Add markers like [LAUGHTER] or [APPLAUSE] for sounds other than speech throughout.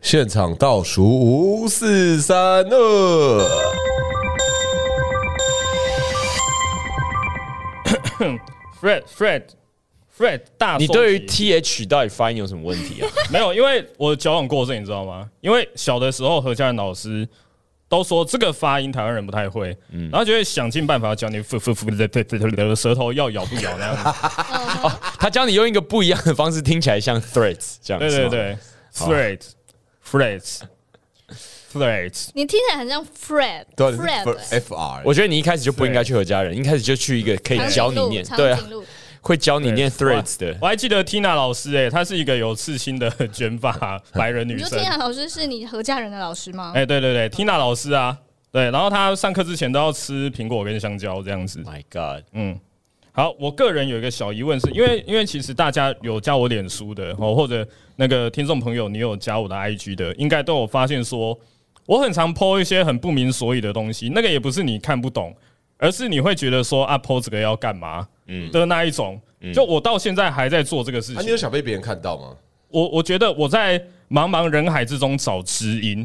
现场倒数五、四、三、二。 Fred Fred Fred 大受你其，对于 th 到底发音有什么问 [LAUGHS] 题啊？没有，因为我矫枉过正，你知道吗？因为小的时候何家人老师都说这个发音台湾人不太会，然后就会想尽办法教你 f f f 的的的的舌头要咬不咬那样子。他教你用一个不一样的方式，听起来像 threats 这样对是对吗对，Fred Fred Fred，你听起来很像 Fred，Fred，对啊 Fred 欸，F R，我觉得你一开始就不应该去何家人，一开始就去一个可以长教颈你鹿念，长对啊颈，鹿会教你念我还 threats 的。我还记得 Tina 老师、欸，哎，她是一个有刺青的卷发白人女你说生天。雅老师是你何家人的老师吗？哎、对对对，Tina 老师啊，对，然后她上课之前都要吃苹果跟香蕉这样子。 My God，嗯，好，我个人有一个小疑问是，因为因为其实大家有加我脸书的哦，或者那个听众朋友你有加我的 IG 的，应该都有发现说，我很常 PO 一些很不明所以的东西，那个也不是你看不懂，而是你会觉得说啊 PO 这个要干嘛？嗯的那一种，就我到现在还在做这个事啊，你情有，想被别人看到吗？我我觉得我在茫茫人海之中找知音，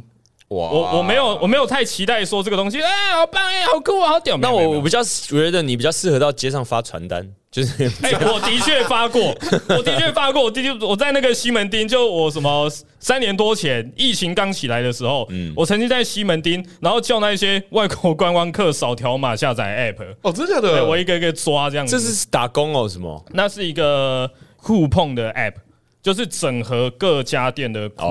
哇我我没有我没有太期待说这个东西，哎、好棒哎、好酷啊，好屌！没那有没有没我有我比较觉得你比较适合到街上发传单，就是 [LAUGHS] 哎、我的确发过，我的确发过，我的确我在那个西门町，就我什么三年多前疫情刚起来的时候，嗯我曾经在西门町，然后叫那些外国观光客扫条码下载 app，哦，真的假对的？我一个一个抓这样子。呃这是打工哦，什么？那是一个酷碰的 app，就是整合各家店哦的酷碰。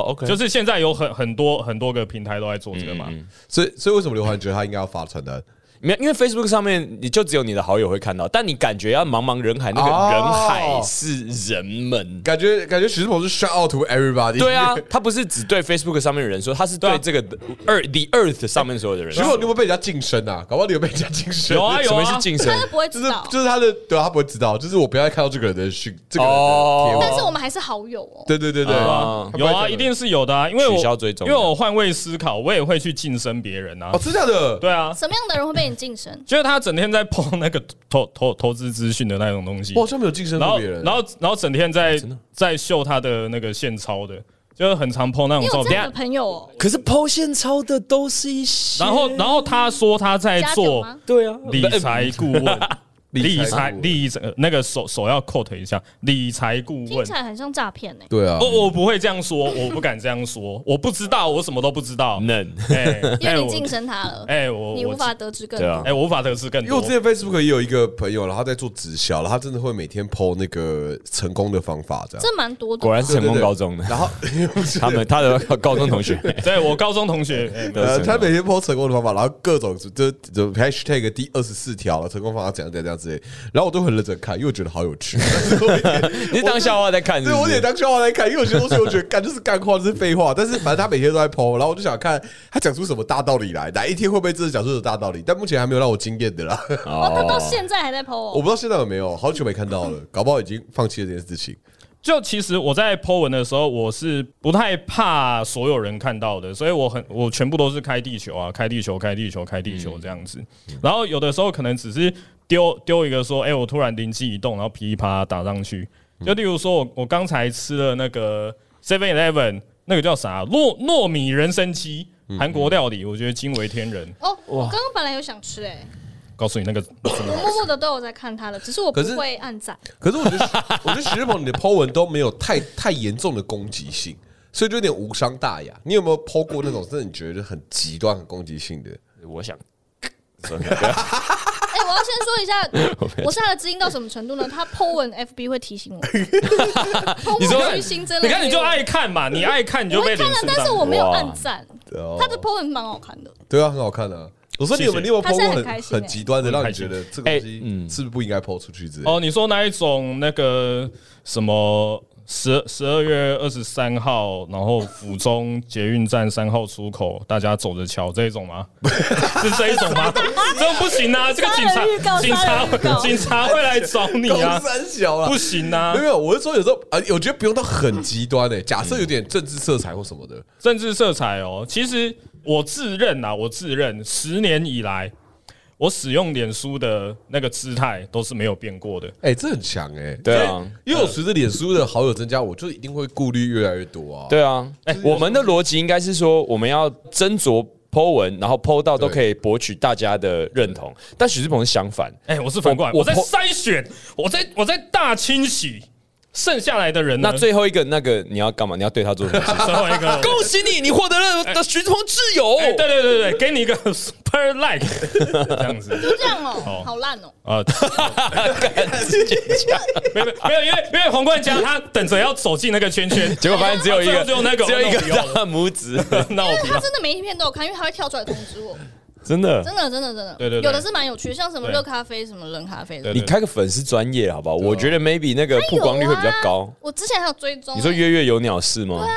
，OK，嗯就是现在有很很多很多个平台都在做这个嗯嘛，所以所以为什么刘环觉得他应该要发传单？没有，因为 Facebook 上面你就只有你的好友会看到，但你感觉要茫茫人海，那哦个人海是人们。感觉感觉许志鹏是 shout out to everybody。对啊，他不是只对 Facebook 上面的人说，他是对对啊这个 Earth The Earth 上面所有的人许说。志鹏你有没有被人家晋升啊？搞不好你有被人家晋升。有啊什么是晋升他？都不会就知是道，就是他的，对啊他不会知道，就是我不要看到这个人的讯，这个人的贴哦文。但是我们还是好友哦。对对对对，啊他不有会啊，这样一定是有的啊，因为我取消追踪因为我换位思考，我也会去晋升别人啊哦，，真的假的？对啊，什么样的人会被你晋升？就是他整天在碰那个投投投资资讯的那种东西我，好像没有晋升然过后别人。然后然后整天在真的在秀他的那个现钞的，就是很常碰那你种有照这样片的。朋友哦？ [LAUGHS] 可是抛线超的都是一些，然后然后他说他在家酒做吗？对啊，理财顾问，理财顾问理财那个手手要扣 o 一下，理财顾听问起。来很像诈骗呢。欸对啊，我我不会这样说，我不敢这样说，我不知道，我什么都不知道。能哎，因哎为我你晋升他了，哎我你我无法得知更对啊多。哎我无法得知更因为我多之。前 Facebook 也有一个朋友，然后他在做直销，然后他真的会每天 PO 那个成功的方法这样。这蛮多的。果然是成功高中然的， [LAUGHS] 后他们他的高中同 [LAUGHS] 学对我高中同学，哎都呃，是他每天 PO 成功的方法，然后各种就就 hashtag 第二十四条成功方法怎样怎样怎样之类，然后我都很认真看，因为我觉得好有 [LAUGHS] 趣。你是当笑话在看是对，我不也是？当笑话来看，因为有些东西我觉得干就是干话，就是废话。但是反正他每天都在 PO，然后我就想看他讲出什么大道理来，哪一天会不会真的讲出什么大道理？但目前还没有让我惊艳的啦，哦，他到现在还在 PO 我不知哦。道现在有没有，好久没看到了，搞不好已经放弃了这件事情。就其实我在 Po 文的时候，我是不太怕所有人看到的，所以我很我全部都是开地球啊，开地球，开地球，开地球这样子。然后有的时候可能只是丢丢一个说，哎、我突然灵机一动，然后噼里啪啦打上去。就例如说我我刚才吃了那个 Seven Eleven 那个叫啥糯糯米人参鸡，韩国料理，我觉得惊为天人。哦，我刚刚本来有想吃哎，告诉你那个真我的默默的都有在看他的，只是我不可是会按赞。可是我觉得， [LAUGHS] 我觉得徐志鹏你的 Po 文都没有太太严重的攻击性，所以就有点无伤大雅。你有没有 Po 过那种真的你觉得很极端、很攻击性的？我 [LAUGHS] 想，啊哎，我要先说一下，我是他的知音到什么程度呢？他 Po 文 FB 会提醒我，Po 你说文去新增了，你看你就爱看嘛，你爱看你我就被会脸看了书，但是上。我没有哇按赞。哦他的 po 文蛮好看的，对啊，很好看啊。我说你有没有谢谢你有没有 Po 他现过在很很开心欸很极端的，让很你开心觉得这个东哎西嗯是不是不应该 Po 出去之类的？哦，你说哪一种那个什么十十二月二十三号，然后府中捷运站三号出口，大家走着瞧这一种吗？是这一种 [LAUGHS] 吗？这种不行啊！这个警杀人预告察警杀察人预告警察会来找你公啊！三小啊不，行啊没！有，我是说有时候啊，我觉得不用到很极端诶、假设有点政治色彩或什么的，政治色彩哦，其实我自认啊，我自认十年以来，我使用脸书的那个姿态都是没有变过的。哎、这很强哎、对啊因为，因为我随着脸书的好友增加，我就一定会顾虑越来越多啊。对啊，哎、我们的逻辑应该是说，我们要斟酌 Po 文，然后 Po 到都可以博取大家的认同。但许志鹏是相反，哎、我是反过来，我我在我筛选，我在我在大清洗，剩下来的人呢？那最后一个那个你要干嘛？你要对他做什么事最后一 [LAUGHS] 个。恭喜你，你获得了呃徐志鹏挚友。哎、对对对对，给你一个 [LAUGHS] super like 这样子就这样哦，好烂哦。啊， [LAUGHS] 没有没有没有，因为因为皇冠家他等着要走进那个圈圈，结果发现只有一哎最个，后只有那个只有一个那我不要了大拇指， [LAUGHS] 那我因不为要他真的每一篇都有看，因为他会跳出来通知我，真的。真的真的真的，对对对有的是蛮有趣的，像什么对热咖啡、什么冷咖啡的对，你开个粉丝专业好不好？我觉得 maybe 那个曝光率会比较有高啊。。我之前还有追踪哎欸，你说月月有鸟事吗？对啊，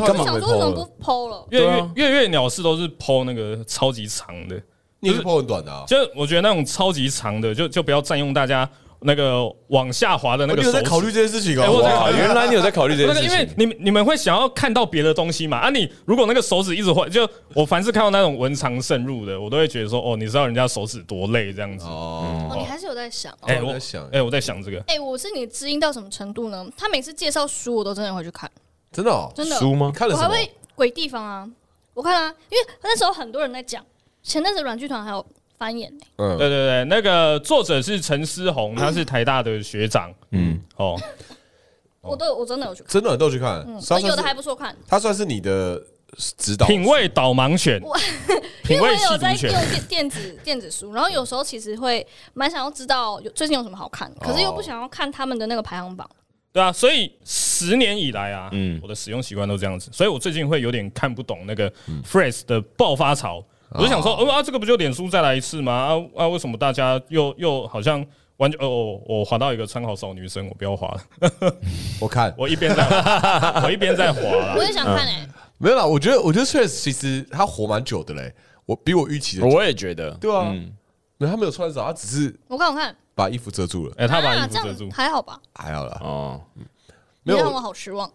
你干嘛我想会说为什 PO？么了不 PO 了？月对月啊月月鸟事都是剖那个超级长的，你是 Po 很短的啊。就我觉得那种超级长的，就就不要占用大家那个往下滑的那我个哦有手在指。考虑这件事情哎哦。我在哇哇，原来你有在考虑这那件个，事因情。为你们你们会想要看到别的东西嘛？啊，你如果那个手指一直换，就我凡是看到那种文藏渗入的，我都会觉得说，哦，你知道人家手指多累这样子。哦，哦，你还是有在想哦。哎，我我在想嗯哎，我在想这个，哎、我是你知音到什么程度呢？他每次介绍书，我都真的会去看，真的哦，真的。书吗你？看了我什还么？会鬼地方啊，我看啊，因为那时候很多人在讲，前阵子软剧团还有翻演、欸呢。嗯，对对对，那个作者是陈思宏，他是台大的学长。嗯，哦，哦我都有我真的有去看，真的你都有去看，嗯，他有算的还是不错看，他算是你的指导品味导盲犬，因品为我 [LAUGHS] 味也有戏在毒用犬。电电子电子书，然后有时候其实会蛮想要知道有最近有什么好哦看，可是又不想要看他们的那个排行榜。对啊，所以十年以来啊，嗯我的使用习惯都这样子，所以我最近会有点看不懂那个 phrase 的爆发潮。我就想说，哦啊，这个不就脸书再来一次吗？啊啊，为什么大家又又好像完全？哦，我我滑到一个穿好少女生，我不要滑了， [LAUGHS] 我看我一边在滑我一边在滑啊啦我。也想看哎、没有啦，我觉得我觉得确实，其实他活蛮久的嘞，我比我预期的久，我也觉得，对啊，嗯没有他没有穿少，他只是我看我看，把衣服遮住了，哎，他把啊衣服这遮样住，还好吧？还好啊啦，哦，没你有让我好失望。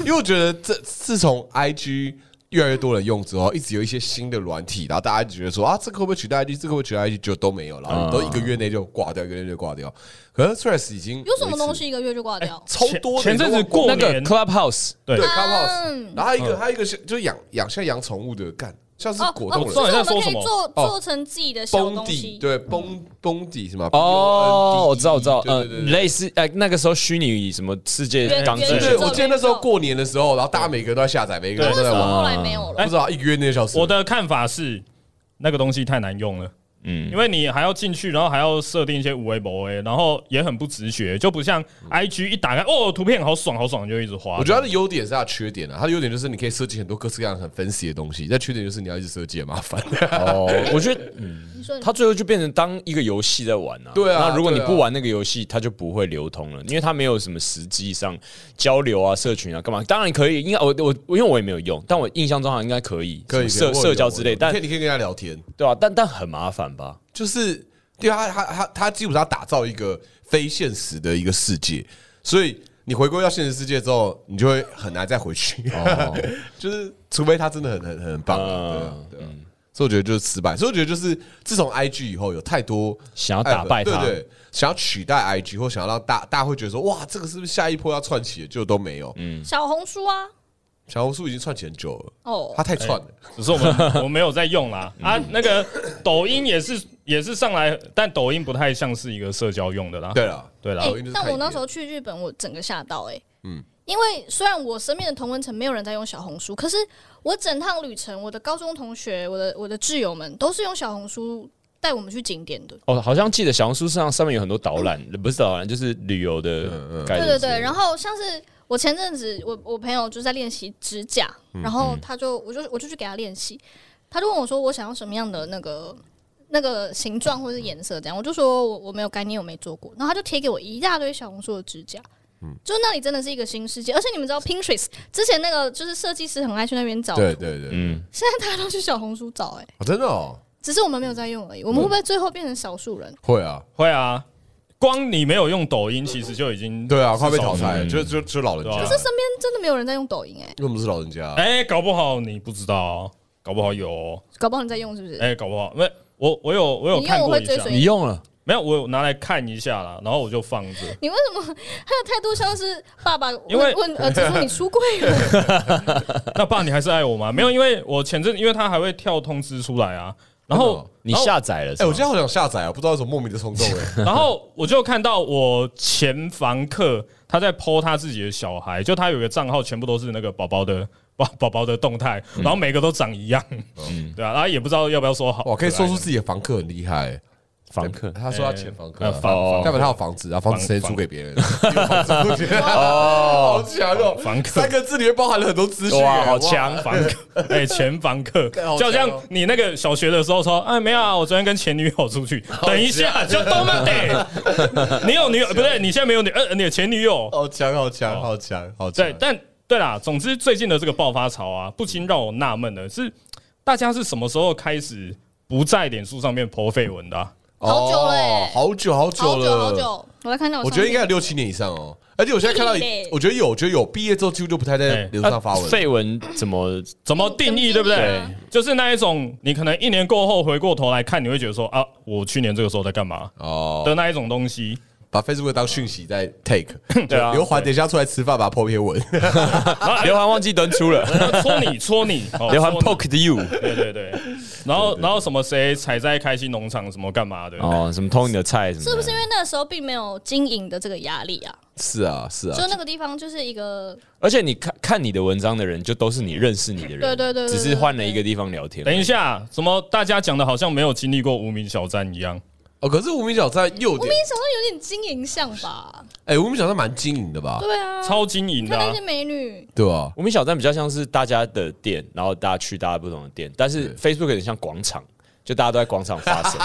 因为我觉得这自从 IG 越来越多人用之后，一直有一些新的软体，然后大家就觉得说啊，这个会不会取代 IG，这个会不会取代 IG，就都没有了，嗯然后你都一个月内就挂掉，一个月内就挂掉。可是 Threads 已经有什么东维持西一个月就挂掉？超多的，前前阵子过那个年 Clubhouse 对啊对嗯 Clubhouse，然后还有一个还有一个是就是养养像养宠物的干，像是哦果哦，冻就人懂了是我们在说可什以么做哦做成自己的小崩东底西。嗯对崩崩底什么 E，哦，我知道，我知道，呃，对类似呃那个时候虚拟什么世界元刚元制宇宙对，我记得那时候过年的时候，然后大家每个人都在下载，每个那人为都什在么玩，后来没有了？哎不知道一个月内消失。我的看法是，那个东西太难用了。嗯，因为你还要进去，然后还要设定一些五 A 博 A，然后也很不直觉，就不像 I G 一打开哦，图片好爽好爽，就一直滑。我觉得它的优点是它的缺点啊，它的优点就是你可以设计很多各式各样很 fancy 的东西，但缺点就是你要一直设计很麻 [LAUGHS] 烦。哦，我觉 [LAUGHS] 得你说你它最后就变成当一个游戏在玩啊。嗯对啊那如果你对啊不玩那个游戏，它就不会流通了，因为它没有什么实际上交流啊、社群啊干嘛。当然可以，应该我我因为我也没有用，但我印象中好像应该可以， [LAUGHS] 可以什么社社交之类，但可以你可以跟他聊天，对啊，但但很麻烦吧？就是对啊他他他他基本上打造一个非现实的一个世界，所以你回归到现实世界之后，你就会很难再回去。哦 [LAUGHS] 就是除非他真的很很很嗯棒啊，对啊对啊。所以我觉得就是失败，所以我觉得就是自从 IG 以后，有太多想要打败 app，它哎对对，想要取代 IG 或想要让大大家会觉得说，哇，这个是不是下一波要串起的？就都没有。嗯小红书啊，小红书已经串起很久了，哦哎它，太串 [LAUGHS] 了。只是我们 [LAUGHS] 我们没有在用啦啊，那个抖音也是也是上来，但抖音不太像是一个社交用的啦。对啊了，对啦哎，抖音就是但太我那严时候去日本，我整个吓到哎、嗯，因为虽然我身边的同温层没有人在用小红书，可是我整趟旅程，我的高中同学、我的我的挚友们都是用小红书带我们去景点的。哦，好像记得小红书上上面有很多导览，不是导览就是旅游嗯的概对念。对对，然后像是我前阵子，我我朋友就在练习指甲，然后他就我就我就去给他练习，他就问我说我想要什么样的那个那个形状或者是颜色这样，我就说我我没有概念，我没做过，然后他就贴给我一大堆小红书的指甲。就那里真的是一个新世界，而且你们知道 Pinterest 之前那个就是设计师很爱去那边找，对对对，嗯，现在大家都去小红书找、哎，哦真的哦，只是我们没有在用而已。我们会不会最后变成少数人？会啊，会啊，光你没有用抖音，其实就已经对啊，是快被少淘数汰了，嗯就就就老人对家啊可是，身边真的没有人在用抖音、哎，因为我们是老人家，哎、搞不好你不知道哦，搞不好有哦，搞不好你在用是不是？哎、搞不好没。我我有我有你用看我过会一追下随，你用了，没有我有拿来看一下啦，然后我就放着。你为什么 [LAUGHS] 他的态度像是爸爸因为问问儿子说你出柜了？那爸，你还是爱我吗？没有，因为我前阵因为他还会跳通知出来啊，然后你下载了是哎，吗？我今天好想下载啊，不知道为什么莫名的冲动哎。[LAUGHS] [LAUGHS] 然后我就看到我前房客他在 PO 他自己的小孩，就他有一个账号，全部都是那个宝宝的宝宝宝的动态，然后每个都长一样，对啊，然后也不知道要不要说好，哇，可以说出对啊自己的房客很厉害。房客他说他前房客呃啊，房代表他有房子，然后房子谁租给别 [LAUGHS] 人？ [LAUGHS] 哦，好强哦！房客三个字里面包含了很多资讯，哇，好！强！房 [LAUGHS] 客，哎，前房客，好强哦就好像你那个小学的时候说，哎，没有啊，我昨天跟前女友出去，等一下，就都没得， [LAUGHS] 你有女友不对，你现在没有女，呃，你有前女友，好强，好强，好强，好强对，！但对啦，总之最近的这个爆发潮啊，不禁让我纳闷的是，大家是什么时候开始不在脸书上面泼绯闻的啊、好久了哦欸好久，好好久久好了。久，我来看到我觉得应该有上面六七年以上哦，而且我现在看到屁嘞，我觉得有，我觉得有，毕业之后几乎啊就不太在脸书上发文。绯闻怎么怎么定义，对不对？对就是那一种，你可能一年过后回过头来看，你会觉得说啊，我去年这个时候在干嘛哦，的那一种东西。把 Facebook 当讯息在 take，对啊刘环等一下出来吃饭，把它 po 篇文，刘涵忘记登出 [LAUGHS] 了，戳你，戳你，哦刘涵戳你 poked you 对对对。然后，然后什么谁采摘开心农场什么干嘛的？哦，什么偷你的菜什么的？是不是因为那时候并没有经营的这个压力啊？是啊，是啊就，那个地方就是一个而且你看看你的文章的人，就都是你认识你的人，对对对对只是换了一个地方聊天。等一下，怎么大家讲的好像没有经历过无名小站一样？哦，可是无名小站又有无点名，小站有点经营像吧？哎，无名小站蛮经营的吧？对啊，超经营你的看啊、那些美女，对吧？我们小站比较像是大家的店，然后大家去大家不同的店，但是 Facebook 有点像广场，就大家都在广场发生，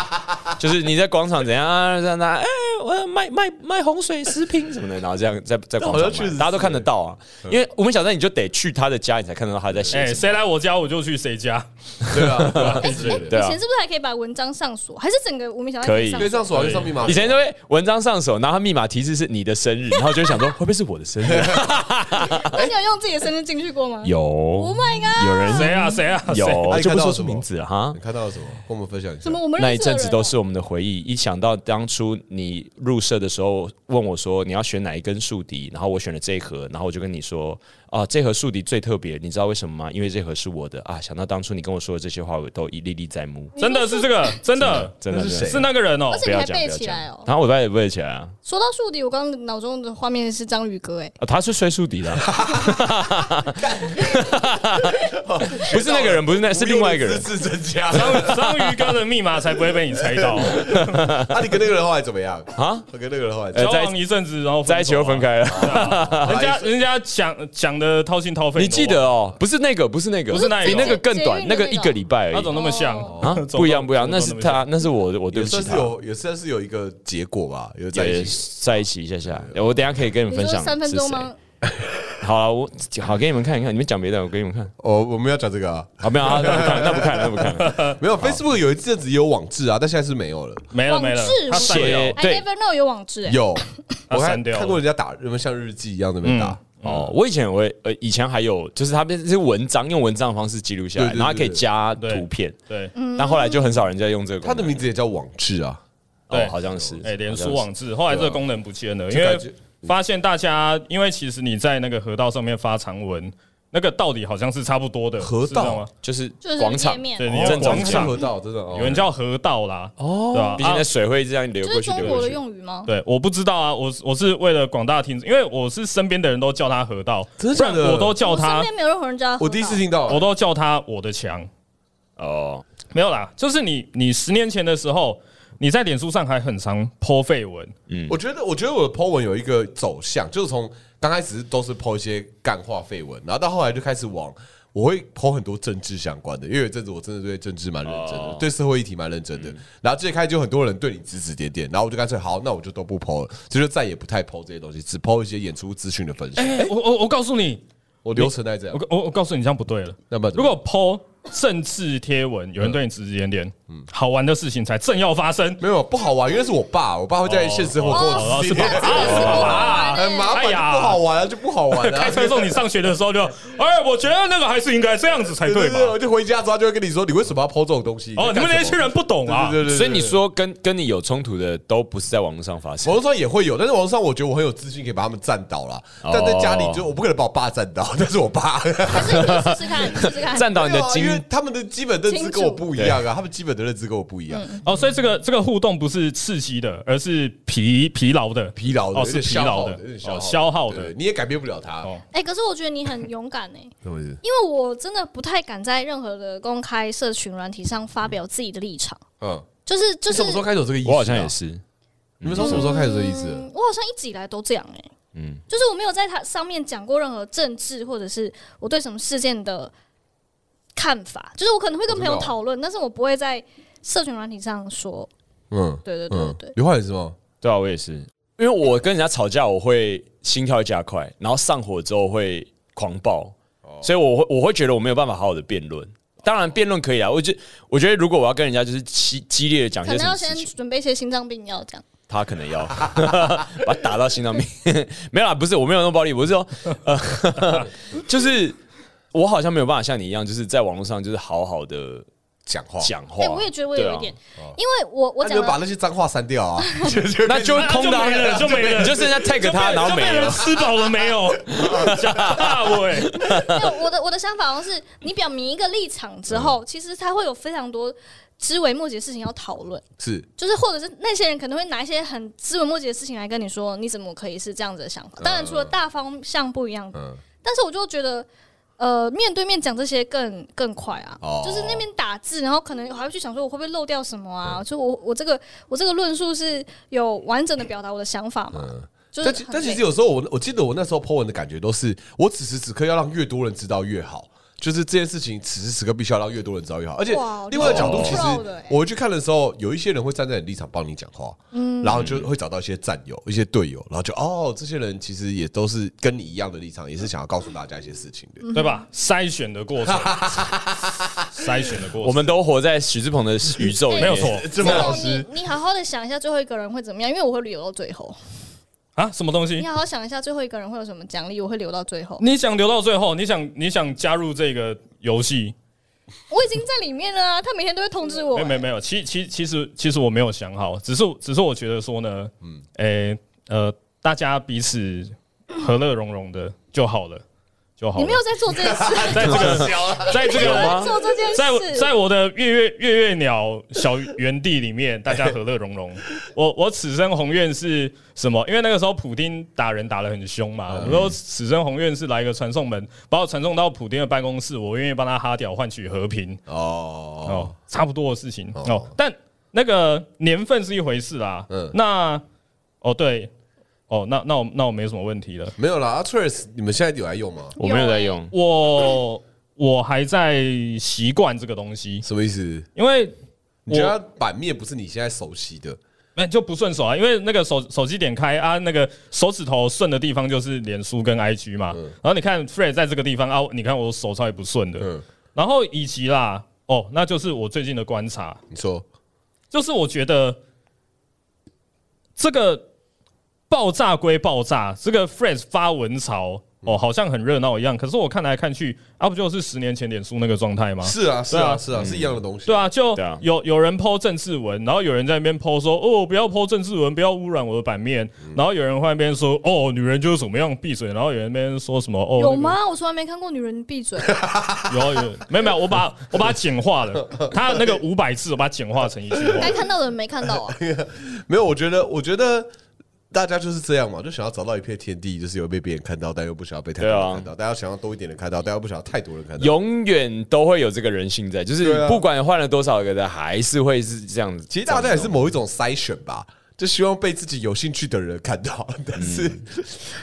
就是你在广场怎样啊，让大家哎，我要卖卖卖洪水食品什么的，然后这样在在但广场好像确实卖，是大家都看得到啊。因为我们小站你就得去他的家，你才看得到他在写哎、什么。谁来我家我就去谁家。对 [LAUGHS] 啊，对啊哎是哎，以对啊前是不是还可以把文章上锁？还是整个无名小站可以上因为锁？上锁好像上密码，以前就会文章上手，然后他密码提示是你的生日，然后就会想说会不会是我的生日？啊 [LAUGHS] 那你有用自己的生日进去过吗？有，Oh my god！有人谁啊？谁啊？谁嗯有，那你就看不到了说出什么名字了哈你。看到了什么？跟我们分享一下什么？。我们那认一识的阵子人都哦是我们的回忆。一想到当初你入社的时候，问我说你要选哪一根竖笛，然后我选了这一盒，然后我就跟你说，啊，这盒竖笛最特别，你知道为什么吗？因为这盒是我的啊。想到当初你跟我说的这些话，我都一历历在目。真的是这个，真的真的那是谁是那个人哦而。且不你要还讲，背不要起来讲哦。然后我把也背起来啊，说到树敌，我刚刚脑中的画面是章鱼哥，哎，啊他是吹竖笛的啊，不是那个人，不是那，是另外一个人。是增 [LAUGHS] 加。章 [LAUGHS] 章鱼哥的密码才不会被你猜到。啊，你跟那个人后来怎么样啊啊？我跟那个人后来怎么交样，呃在一往一阵子，然后手啊在一起又分。开了，哎人家人家讲讲的掏心掏肺，你记得哦？不是那个，不是那个，不是那一比个那个更短捷，运那的那个个一个礼拜都忘而已。了？他怎么那么像哦 [LAUGHS] [LAUGHS] 啊，走不一样，不一样，走那是走那么他，那是我，我对也不起算是他。有，也算是有一个结果吧，有在也一起。在一起一下下，我等一下可以跟你们你分说享三分是钟谁。吗？好了，我好给你们看一看，你们讲别的，我给你们看。哦，我们要讲这个啊，啊，没有，啊那不看，那不 [LAUGHS] 看，那不看。没有 Facebook 有一阵子也有网志啊，但现在是没有了。没了没了网志，他删掉写？I 对 never know 有网志，[COUGHS] 哎，有，他我删看掉了看过人家打，有没有像日记一样那边打？哦，我以前我也呃，以前还有，就是他们是文章，用文章的方式记录下来，对对对然后它可以加对图片，对嗯但后来就很少人在用这个功他能。的名字也叫网志啊，哦对好像是，哎，脸好书像是网志，后来这啊个功能不见了，因就为感嗯觉发现大家，因为其实你在那个河道上面发长文，那个道理好像是差不多的，河是这样道吗？就是就是广场页，面对，啊，你哦要正常广上场河，道真的哦有人叫河道啦，哦，对吧？毕竟啊那水会这样流就过去，是中流国过的去。用语吗？对，我不知道啊，我我是为了广大听众，因为我是身边的人都叫他河道，真的假的不然我都叫我身他，边没有任何人叫他河 [LAUGHS] 哦道我第一次，听到，我都叫他我的墙。哦，没有啦，就是你，你十年前的时候，你在脸书上还很常泼绯闻，我觉得，我觉得我的 po 文有一个走向，就是从刚开始都是 po 一些干话绯闻，然后到后来就开始往我会 po 很多政治相关的，因为有一阵子我真的对政治蛮认真的，对社会议题蛮认真的。然后最开始就很多人对你指指点点，然后我就干脆好，那我就都不 po 了，所以就再也不太 po 这些东西，只 po 一些演出资讯的分享。哎、我我我告诉你，我流程在这样我，我我告诉你，这样不对了。那么怎如么果 PO 政治贴文，有人对你指指点点，嗯好玩的事情才正要发生。没有不好玩，因为是我爸，我爸会在现实活跟哦我是指爸 [LAUGHS] 点， [LAUGHS] 很麻烦，哎就呀不好玩啊，就不好玩啊。 [LAUGHS] 开车送你上学的时候就，哎，我觉得那个还是应该这样子才对对对对，吧我？就回家之后他就会跟你说，你为什么要抛这种东西？哦，你们那些人人不懂啊。对对对对，所以你说跟跟你有冲突的都不是在网络上发生网络上也会有，但是网络上我觉得我很有自信可以把他们站倒啦。哦但在家里就我不可能把我爸站倒， [LAUGHS] 但是我 [LAUGHS] 爸。还是你试试看，试 [LAUGHS] 试看。站到你没的有啊经因为他们的基本认知跟我不一样啊，他们基本的认知跟我不一样，嗯哦，所以这个这个互动不是刺激的，而是疲疲劳的，疲劳的，哦，有是点疲消劳耗的的，有，点哦，消消耗耗对的。你也改变不了他。嗯哦哎、可是我觉得你很勇敢哎、是不是？因为我真的不太敢在任何的公开社群软体上发表自己的立场，嗯，就是就你是什么时候开始有这个意思？啊我好像也。是，你们从什么时候开始有这个意思的？嗯我好像一直以来都这样哎、嗯，就是我没有在它上面讲过任何政治或者是我对什么事件的看法，就是我可能会跟朋友我知道讨论，但是我不会在社群软体上说。嗯对对对对嗯对，，有话也是吗？对啊，我也是，因为我跟人家吵架，我会心跳加快，然后上火之后会狂暴，所以我会我会觉得我没有办法好好的辩论。当然辩论可以啊，我就我觉得如果我要跟人家就是激激烈的讲可些能什要么事先情，准备一些心脏病药这样。他可能要 [LAUGHS] 把他打到心脏病， [LAUGHS] 没有啦，不是我没有那么暴力，我是说， [LAUGHS] 呃、就是我好像没有办法像你一样，就是在网络上就是好好的讲话，讲话。哎、我也觉得我有一点，啊因为我我那你讲们把了，那些脏话删掉 [LAUGHS] 啊，就就那就会空的啊就没了就没了你就剩下 tag 他，然后没人了。吃饱了没 [LAUGHS] 有？吓大我哎！没有我的我的想法好像是，你表明一个立场之嗯后，其实它会有非常多枝微末节的事情要讨论。是就是或者是那些人可能会拿一些很枝微末节的事情来跟你说，你怎么可以是这样子的想法？当然，除了大方向不一样，嗯但是我就觉得，呃，面对面讲这些更更快啊，哦就是那边打字，然后可能还会去想说我会不会漏掉什么嗯啊？就我我这个我这个论述是有完整的表达我的想法嘛？嗯。就是但很其累但其实有时候我我记得我那时候 po 文的感觉都是，我此时此刻要让越多人知道越好，就是这件事情此时此刻必须要让越多人知道越好。而且哇另外的角度，你其好 proud 欸实我去看的时候，有一些人会站在你立场帮你讲话，嗯然后就会找到一些战友、一些队友，然后就哦，这些人其实也都是跟你一样的立场，也是想要告诉大家一些事情的。对吧？筛选的 [LAUGHS] 过程，筛选的过程，我们都活在许志鹏的宇宙里面，没有错这么这老种师你你好好的想一下最后一个人会怎么样，因为我会留到最后。啊，什么东西你？好好想一下最后一个人会有什么奖励，我会留到最后。你想留到最后，你想你想加入这个游戏？我已经在里面了啊，他每天都会通知我、没没没有，其其其实其实我没有想好，只是只是我觉得说呢，嗯，诶呃，大家彼此和乐融融的就好了，就好你了没。有在做这件事，在这个在这你没有个在做这件事，在我在我的月月月月鸟小园地里面，大家和乐融融。我我此生宏愿是什么？因为那个时候普丁打人打得很凶嘛，我说此生宏愿是来一个传送门，把我传送到普丁的办公室，我愿意帮他哈屌换取和平。哦哦，差不多的事情哦哦但那个年份是一回事啦。嗯嗯，那哦对，哦那那我那我没什么问题了。没有啦 a t r i s 你们现在有来用吗？我没有在用。我我还在习惯这个东西，什么意思？因为你觉我得版面不是你现在熟悉的？那就不顺手啊，因为那个手手机点开啊，那个手指头顺的地方就是脸书跟 IG 嘛。然后你看 Fred 在这个地方啊，你看我手超也不顺的。嗯，然后以及啦，哦，那就是我最近的观察，你说就是我觉得这个爆炸归爆炸，这个 Fred 发文潮哦，好像很热闹一样。可是我看来看去，啊，不就是十年前脸书那个状态吗？是啊，是啊，啊是啊，是一样的东西。对啊，就对啊有有人 Po 政治文，然后有人在那边 Po 说哦，不要 Po 政治文，不要污染我的版面。然后有人在那边说哦，女人就是怎么样，闭嘴。然后有人在那边说什么哦，有吗？我从来没看过女人 [LAUGHS] 闭嘴。那个？有有，没有没有，我把我把它简化了，他那个五百字我把它简化成一句话该。看到的人没看到啊， [LAUGHS] 没有，我觉得，我觉得大家就是这样嘛，就想要找到一片天地，就是有被别人看到，但又不想要被太多人看到，大家想要多一点人看到，但又不想要太多人看到。永远都会有这个人性在，就是对啊不管换了多少个的，还是会是这样子。其实大家也是某一种筛选吧，就希望被自己有兴趣的人看到， [LAUGHS] 但是、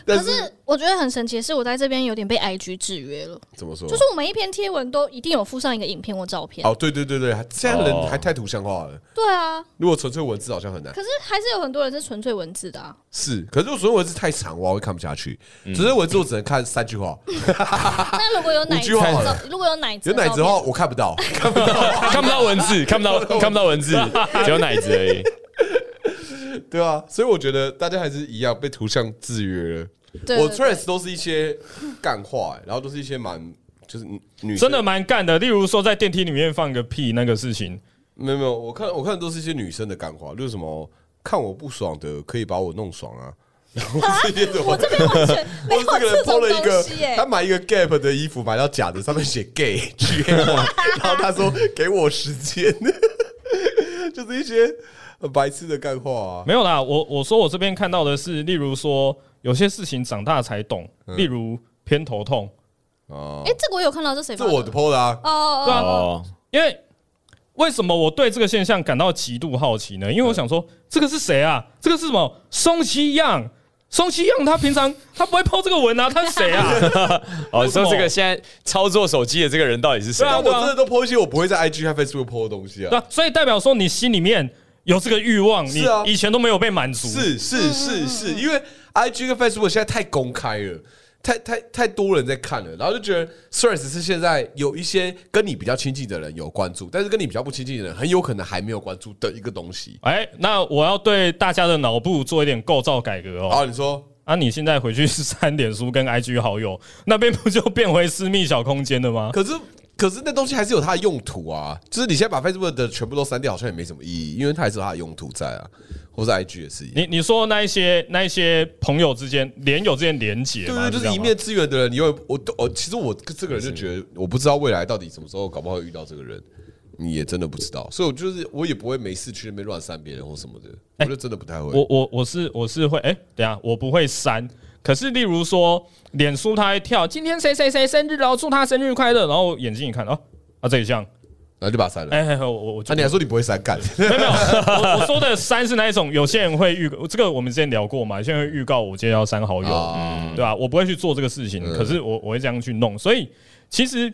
但可是是我觉得很神奇的是，我在这边有点被 IG 制约了，怎么说？就是我每一篇贴文都一定有附上一个影片或照片。哦，对对对对，现在哦人还太图像化了。对啊，如果纯粹文字好像很难，可是还是有很多人是纯粹文字 [LAUGHS] 的啊。是，可是如果纯粹文字太长，我会看不下去。纯粹文字我只能看三句话，那如果有奶五子句话好的了照，如果有奶子有的奶照片，子的话我看不到，看不到文字，看不到看不到文字，只有奶子而已。对啊，所以我觉得大家还是一样被图像制约了。对我对 trans 都是一些干话、欸然后都是一些蛮就是女真的生蛮干的。例如说在电梯里面放个屁那个事情，没有没有，我看我看都是一些女生的干话，就是什么看我不爽的可以把我弄爽啊， [LAUGHS] 然后这些什么我。这边完全没我有这个人这 po 种了一东个西欸耶、，他买一个 Gap 的衣服，买到假的，上面写 gay G A Y，然 [LAUGHS] 后他说给我时间， [LAUGHS] 就是一些很白痴的干话啊。没有啦。我我说我这边看到的是，例如说有些事情长大才懂，例如偏头痛，哦哎、，这个我有看到，这谁这发的？我的 PO 的啊，哦哦，哦哦，因为为什么我对这个现象感到极度好奇嗯呢？因为我想说，这个是谁啊？这个是什么？松崎样，松崎样，他平常他不会抛这个文啊，他是谁啊？ [LAUGHS] 哦，为什说么这个现在操作手机的这个人到底是谁对？啊哦但我真的都 PO 一些我不会在 IG 和 Facebook PO 的东西啊。对啊，所以代表说你心里面有这个欲望，你是啊以前都没有被满足。是是是是，因为 IG 跟 Facebook 现在太公开了。太太太多人在看了，然后就觉得虽然只是现在有一些跟你比较亲近的人有关注，但是跟你比较不亲近的人很有可能还没有关注的一个东西。哎，那我要对大家的脑部做一点构造改革然哦。后你说啊，你现在回去删脸书跟 IG 好友，那边不就变回私密小空间了吗？可是可是那东西还是有它的用途啊，就是你现在把 Facebook 的全部都删掉，好像也没什么意义，因为它还是有它的用途在啊，或是 IG 也是一样。你你说那一些那一些朋友之间连友之间连结对对，嘛，就是这样一吗面之缘的人，你有我我其实我这个人就觉得，我不知道未来到底什么时候，搞不好会遇到这个人，你也真的不知道，所以我就是我也不会没事去那边乱删别人或什么的，我就真的不太会。我我我是我是会哎、等一下我不会删。可是例如说，脸书它会跳，今天谁谁谁生日哦，祝他生日快乐。然后我眼睛一看，哦，啊这一项，然后就把它删了。哎、我我我就啊，你还说你不会删干？没有没有，我我说的删是那一种，有些人会预，这个我们之前聊过嘛，有些人会预告我今天要删好友，啊对吧、我不会去做这个事情，嗯可是我我会这样去弄，所以其实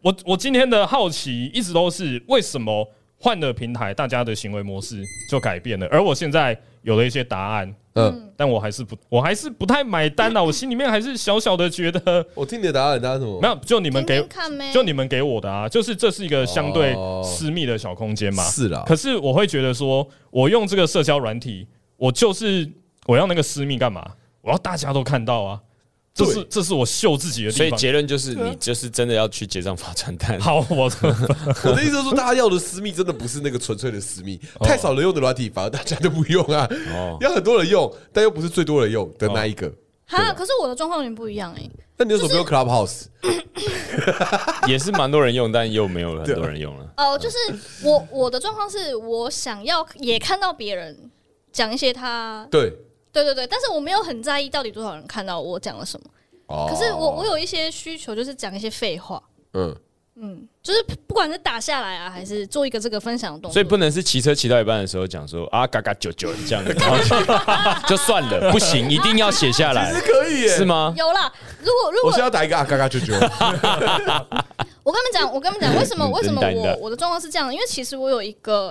我我今天的好奇一直都是为什么换了平台，大家的行为模式就改变了，而我现在有了一些答案，嗯，但我还是不我还是不太买单啊，我心里面还是小小的觉得我听你的答案，答案什么？没有，就你们听给听看呗就你们给我的啊，就是这是一个相对哦私密的小空间嘛，是啊啦，可是我会觉得说，我用这个社交软体，我就是我要那个私密干嘛？我要大家都看到啊！这对是这是我秀自己的所地以方。结论就是，你就是真的要去结账发传单。好，我我的意思是说，大家要的私密真的不是那个纯粹的私密，太少人用的软体，反而大家都不用啊。要很多人用，但又不是最多人用的那一个。哈，可是我的状况有点不一样哎、那你为什么不用 Clubhouse？ [LAUGHS] 也是蛮多人用，但又没有很多人用了。哦、就是我我的状况是我想要也看到别人讲一些他，对，对对对，但是我没有很在意到底多少人看到我讲了什么。哦可是我我有一些需求，就是讲一些废话，嗯，就是不管是打下来啊，还是做一个这个分享的动作，所以不能是骑车骑到一半的时候讲说啊嘎嘎九九这样，然后就就算了，不行，一定要写下来是，可以耶，是？吗？ [LAUGHS] 有啦。如果 [LAUGHS] 如我现在果要打一个啊嘎嘎啾啾，我跟你们讲，我跟你们讲，为什么嗯为什么真的我我的状况是这样的？因为其实我有一个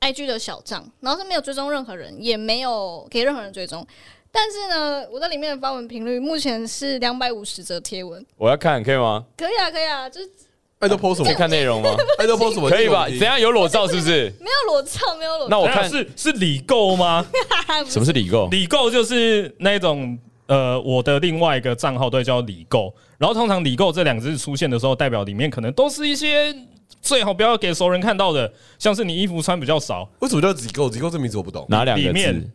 呃 IG 的小账，然后是没有追踪任何人，也没有给任何人追踪。但是呢，我在里面的发文频率目前是两百五十则贴文，我要看，可以吗？可以啊，可以啊，就是 [LAUGHS] 爱豆 PO 什可以 [LAUGHS] 么？看内容吗？爱豆 PO 什么？可以吧？你等一听我下有裸照是不是？没有裸照，没有裸那照，我我看 [LAUGHS] 看是是理购吗？什么是理购？理购就是那种呃，我的另外一个账号都叫理购，然后通常理购这两个字出现的时候，代表里面可能都是一些最好不要给熟人看到的，像是你衣服穿比较少，为什么叫几构？几构这名字我不懂。哪两个里字面？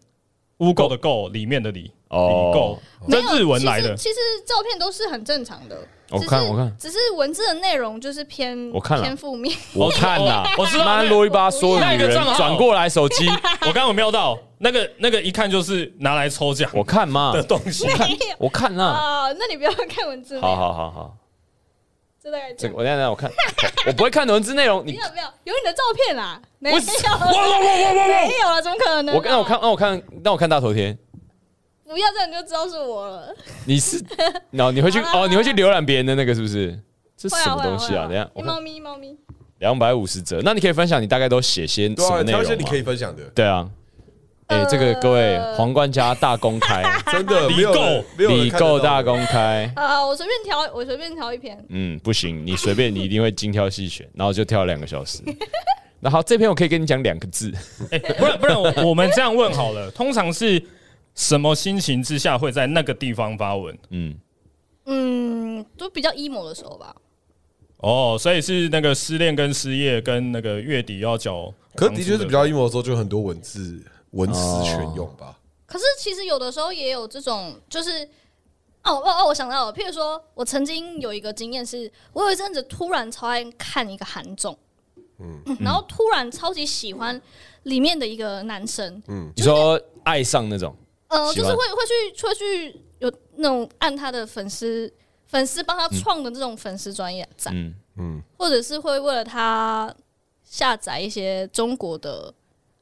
污垢的垢，里面的里，理哦购，没有这日文来的。其实其实照片都是很正常的，我只是哦看我看只是文字的内容就是偏我看了偏负面。我看啦，我知道妈那个啰一巴嗦那女个人账号转过来手机，我刚刚有瞄到那个那个，一看就是拿来抽奖我看嘛 [LAUGHS] 的，东西。没有我看啦。哦啊，那你不要看文字内容。好好好好，这大概这这个样。我等一下等一下我看， [LAUGHS] 我不会看文字内容，你没有没有，有你的照片啦，没有我 [LAUGHS] 没有了，怎么可能啊？我刚我看，那我看，那我看大头贴，不要这样你就知道是我了。你是，然后你会去好啦哦，你会去浏览别人的那个是不是？这是会什么会东西啊？等会一下我看猫咪猫咪，两百五十折，那你可以分享你大概都写些什对么啊，内挑一些容你吗可？以分享 [LAUGHS] 的，对啊，哎，这个各位皇冠家大公开，真的没有人没有人理看得购到大公开，啊，我随便挑，我随便挑一篇。 [LAUGHS] 嗯，不行，你随便你一定会精挑细选，然后就挑了两个小时。 [LAUGHS] 那好，这篇我可以跟你讲两个字，哎、 [LAUGHS] 不然不然，我我们这样问好了，通常是什么心情之下会在那个地方发文？嗯，嗯，都比较 emo 的时候吧。哦，所以是那个失恋跟失业跟那个月底要缴，可是的确是比较 emo 的时候，就很多文字文词全用吧。可是其实有的时候也有这种，就是哦哦哦，我想到了，譬如说我曾经有一个经验是，我有一阵子突然超爱看一个韩综，嗯，然后突然超级喜欢里面的一个男生，你说爱上那种，呃，嗯喜就是欢会会去会去有那种按他的粉丝粉丝帮他创的这种粉丝专业站，嗯，或者是会为了他下载一些中国的，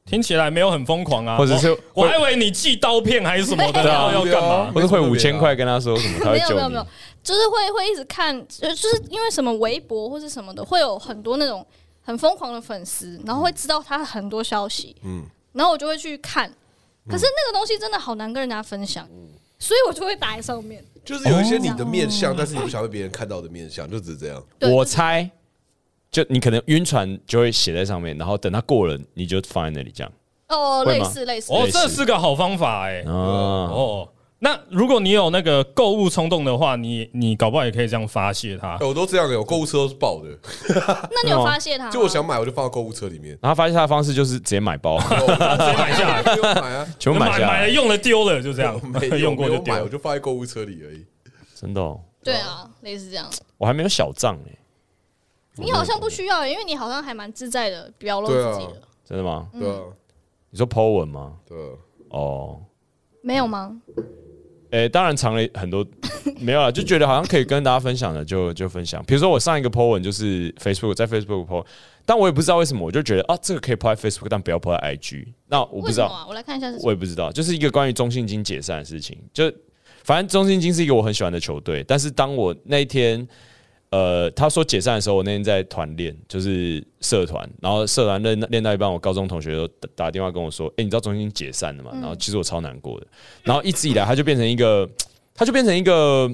听起来没有很疯狂啊，哦或者是我我还以为你寄刀片还是 [LAUGHS] 什么的，然后要干嘛？或者会没什么五特别千啊块跟他说什么，他会没有救没有你没有，就是会会一直看，呃就是因为什么微博或是什么的，会有很多那种很疯狂的粉丝，然后会知道他很多消息，嗯，然后我就会去看，嗯可是那个东西真的好难跟人家分享，所以我就会打在上面。就是有一些你的面相，但是你不想被别人看到的面相，就只是这样。对我猜，就你可能晕船就会写在上面，然后等它过了，你就放在那里这样。哦，会类吗似类似，哦，类似这是个好方法哎、哦，，哦，那如果你有那个购物冲动的话，你你搞不好也可以这样发泄它 [LAUGHS] 哎。我都这样的，我购物车都是爆的，那你有发现他吗？ [LAUGHS] 就我想买我就放到购物车里面然后发现他的方式就是直接买 [LAUGHS] 包，我接买下来没有买啊，全部买买下买了来，用了丢了，就这样我 [LAUGHS] 没，有用过没就有买，丢我。就放在购物车里而已。真的哦。对啊，类似这样。我还没有小账哎，你好像不需要、因为你好像还蛮自在的表露对啊自己的，真的吗？对啊，你说 Po 文吗？对啊，哦，没有吗？诶，当然藏了很多， [LAUGHS] 没有啦，就觉得好像可以跟大家分享的就就分享。比如说我上一个 Po 文就是 Facebook 在 Facebook Po，但我也不知道为什么，我就觉得啊这个可以 Po 在 Facebook，但不要 Po 在 IG。那我不为知什么道，啊？我来看一下是什么。我也不知道，就是一个关于中信金解散的事情。就反正中信金是一个我很喜欢的球队，但是当我那一天，呃，他说解散的时候，我那天在团练，就是社团，然后社团练练到一半，我高中同学都打打电话跟我说：“哎、你知道中信金解散了吗？”然后其实我超难过的。然后一直以来，他就变成一个，他就变成一个，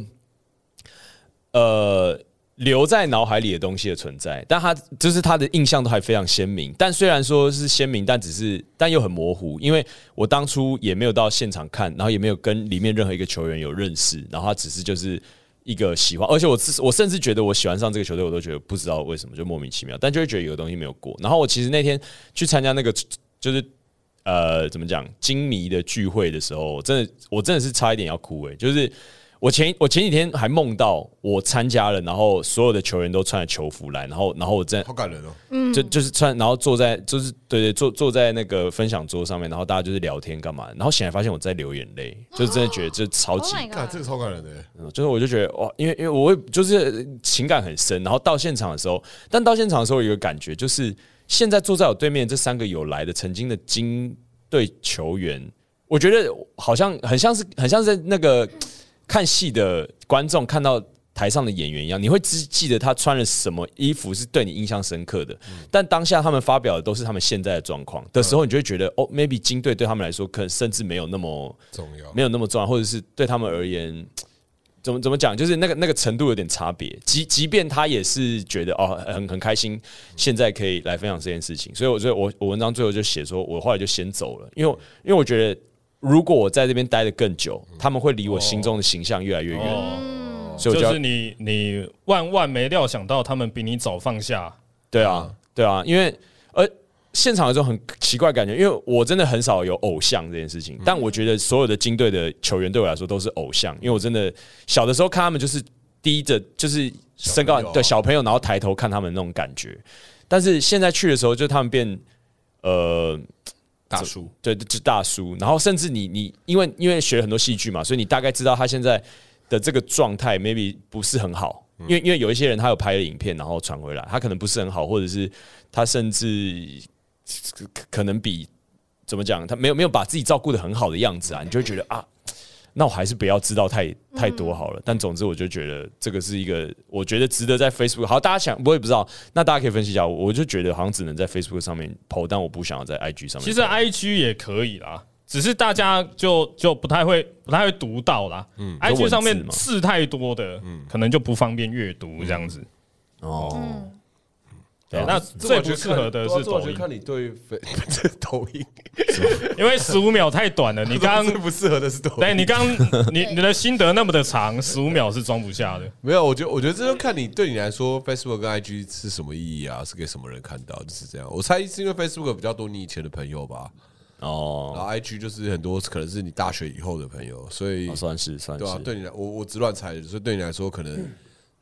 呃。留在脑海里的东西的存在，但他就是他的印象都还非常鲜明。但虽然说是鲜明，但只是但又很模糊，因为我当初也没有到现场看，然后也没有跟里面任何一个球员有认识，然后他只是就是一个喜欢，而且我自我甚至觉得我喜欢上这个球队，我都觉得不知道为什么，就莫名其妙，但就会觉得有个东西没有过。然后我其实那天去参加那个就是呃怎么讲金迷的聚会的时候，我真的我真的是差一点要哭诶、就是。我前我前几天还梦到我参加了，然后所有的球员都穿着球服来，然后然后我真的好感人哦。就就是穿，然后坐在就是对对坐坐在那个分享桌上面，然后大家就是聊天干嘛，然后醒来发现我在流眼泪，就真的觉得这超 Oh 级 my 啊看这 god！个超感人的，嗯就是我就觉得哇，因为因为我会就是呃情感很深，然后到现场的时候，但到现场的时候有一个感觉，就是现在坐在我对面这三个有来的曾经的金队球员，我觉得好像很像是很像是在那个看戏的观众看到。台上的演员一样，你会只记得他穿了什么衣服是对你印象深刻的，但当下他们发表的都是他们现在的状况的时候，你就会觉得、哦，maybe 金队对他们来说，可能甚至没有那么重要。没有那么重要，或者是对他们而言，怎么怎么讲，就是那个那个程度有点差别。即即便他也是觉得哦，很很开心，现在可以来分享这件事情，所以我觉得我我文章最后就写说，我后来就先走了，因为我因为我觉得如果我在这边待得更久，他们会离我心中的形象越来越远，哦，所以我就就要是你你万万没料想到他们比你早放下，对啊，对啊，因为呃，现场有种很奇怪的感觉，因为我真的很少有偶像这件事嗯情，但我觉得所有的金队的球员对我来说都是偶像，因为我真的小的时候看他们就是低着，就是身高小朋友啊对小朋友，然后抬头看他们那种感觉，但是现在去的时候，就他们变呃。大叔，对，就大叔。然后甚至你你因为因为学了很多戏剧嘛，所以你大概知道他现在的这个状态 maybe 不是很好。嗯因为因为有一些人他有拍了影片，然后传回来，他可能不是很好，或者是他甚至可可能比怎么讲，他没有没有把自己照顾的很好的样子啊，你就会觉得啊，那我还是不要知道太太多好了。但总之，我就觉得这个是一个，我觉得值得在 Facebook 好，大家想我也不知道，那大家可以分析一下。我就觉得好像只能在 Facebook 上面 PO，但我不想要在 IG 上面 po。其实 I G 也可以啦，只是大家就就不太会不太会读到啦。嗯，I 有文 G 字上面嘛字太多的，可能就不方便阅读这样子。哦，对，啊那最不这适合的我觉得看是对啊这我抖觉得音，看你对 [LAUGHS] 这抖音，因为十五秒太短了。你 [LAUGHS] 刚最不适合的是抖音。对你刚你你的心得那么的长，十五秒是装不下的。 [LAUGHS] 没有，我觉得我觉得这就看你对你来说，Facebook 跟 IG 是什么意义啊？是给什么人看到？就是这样。我猜是因为 Facebook 比较多你以前的朋友吧，然哦，后 IG 就是很多可能是你大学以后的朋友，所以哦算是算对啊，是，对你来我我只乱猜的，所以对你来说可能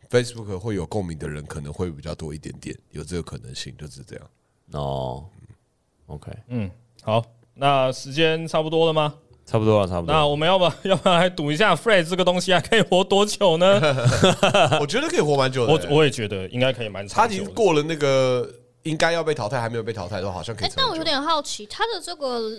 Facebook 会有共鸣的人可能会比较多一点点，有这个可能性，就是这样。哦，OK，嗯，好，那时间差不多了吗？差不多了，差不多那了。我们要 [LAUGHS] 不要不要来赌一下 Fred 这个东西还可以活多久呢？我觉得可以活蛮久的、我欸，我也觉得应该可以蛮他长已久经的。过了那个应该要被淘汰还没有被淘汰的话，好像可以哎撑，很久。但我有点好奇，它的这个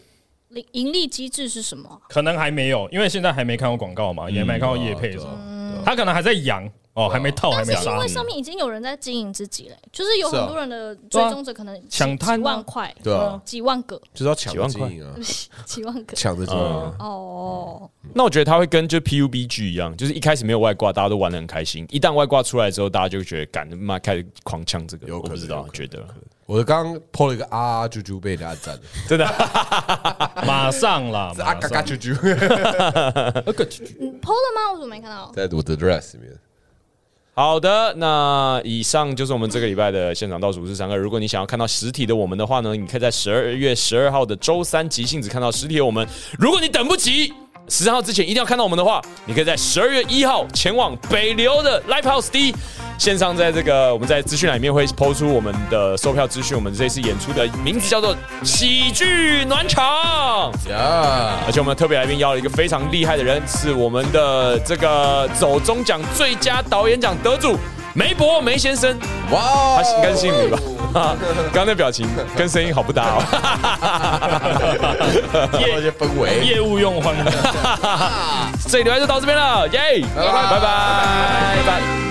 盈盈利机制是什么啊？可能还没有，因为现在还没看到广告嘛，也没看到业配什嗯对啊么，他可能还在养哦，还没套，还嗯但是没因杀为。上面已经有人在经营自己嘞，就是有是啊很多人的追踪者可能几抢几滩啊万块，嗯对啊，几万个， [LAUGHS] 就是要抢几着万块经营啊对，不起几万个。抢着经营啊、哦，那我觉得他会跟就 PUBG 一样，就是一开始没有外挂，大家都玩的很开心，一旦外挂出来之后，大家就觉得干妈开始狂呛这个，有我可能不知有道可，能觉得我刚刚 PO 了一个啊啊啾啾被人家按赞了，真的马上啦，是啊马嘎嘎上。啾啾， [LAUGHS] 你 PO 了吗？我怎么没看到？在我的 dress 里面。好的。那以上就是我们这个礼拜的现场倒数是三个。如果你想要看到实体的我们的话呢，你可以在十二月十二号的周三即兴只看到实体的我们。如果你等不及。十三号之前一定要看到我们的话，你可以在十二月一号前往北流的 Live House D 线上，在这个我们在资讯栏里面会抛出我们的售票资讯。我们这次演出的名字叫做喜剧暖场。呀、而且我们特别来宾邀了一个非常厉害的人，是我们的这个走中奖最佳导演奖得主梅博梅先生，哇哦，他应该是姓 [LAUGHS] 梅吧？哈刚刚那表情跟声音好不搭哦。 [LAUGHS] 那些氛围。业务用欢乐。这一礼拜就到这边了，耶！拜拜拜拜。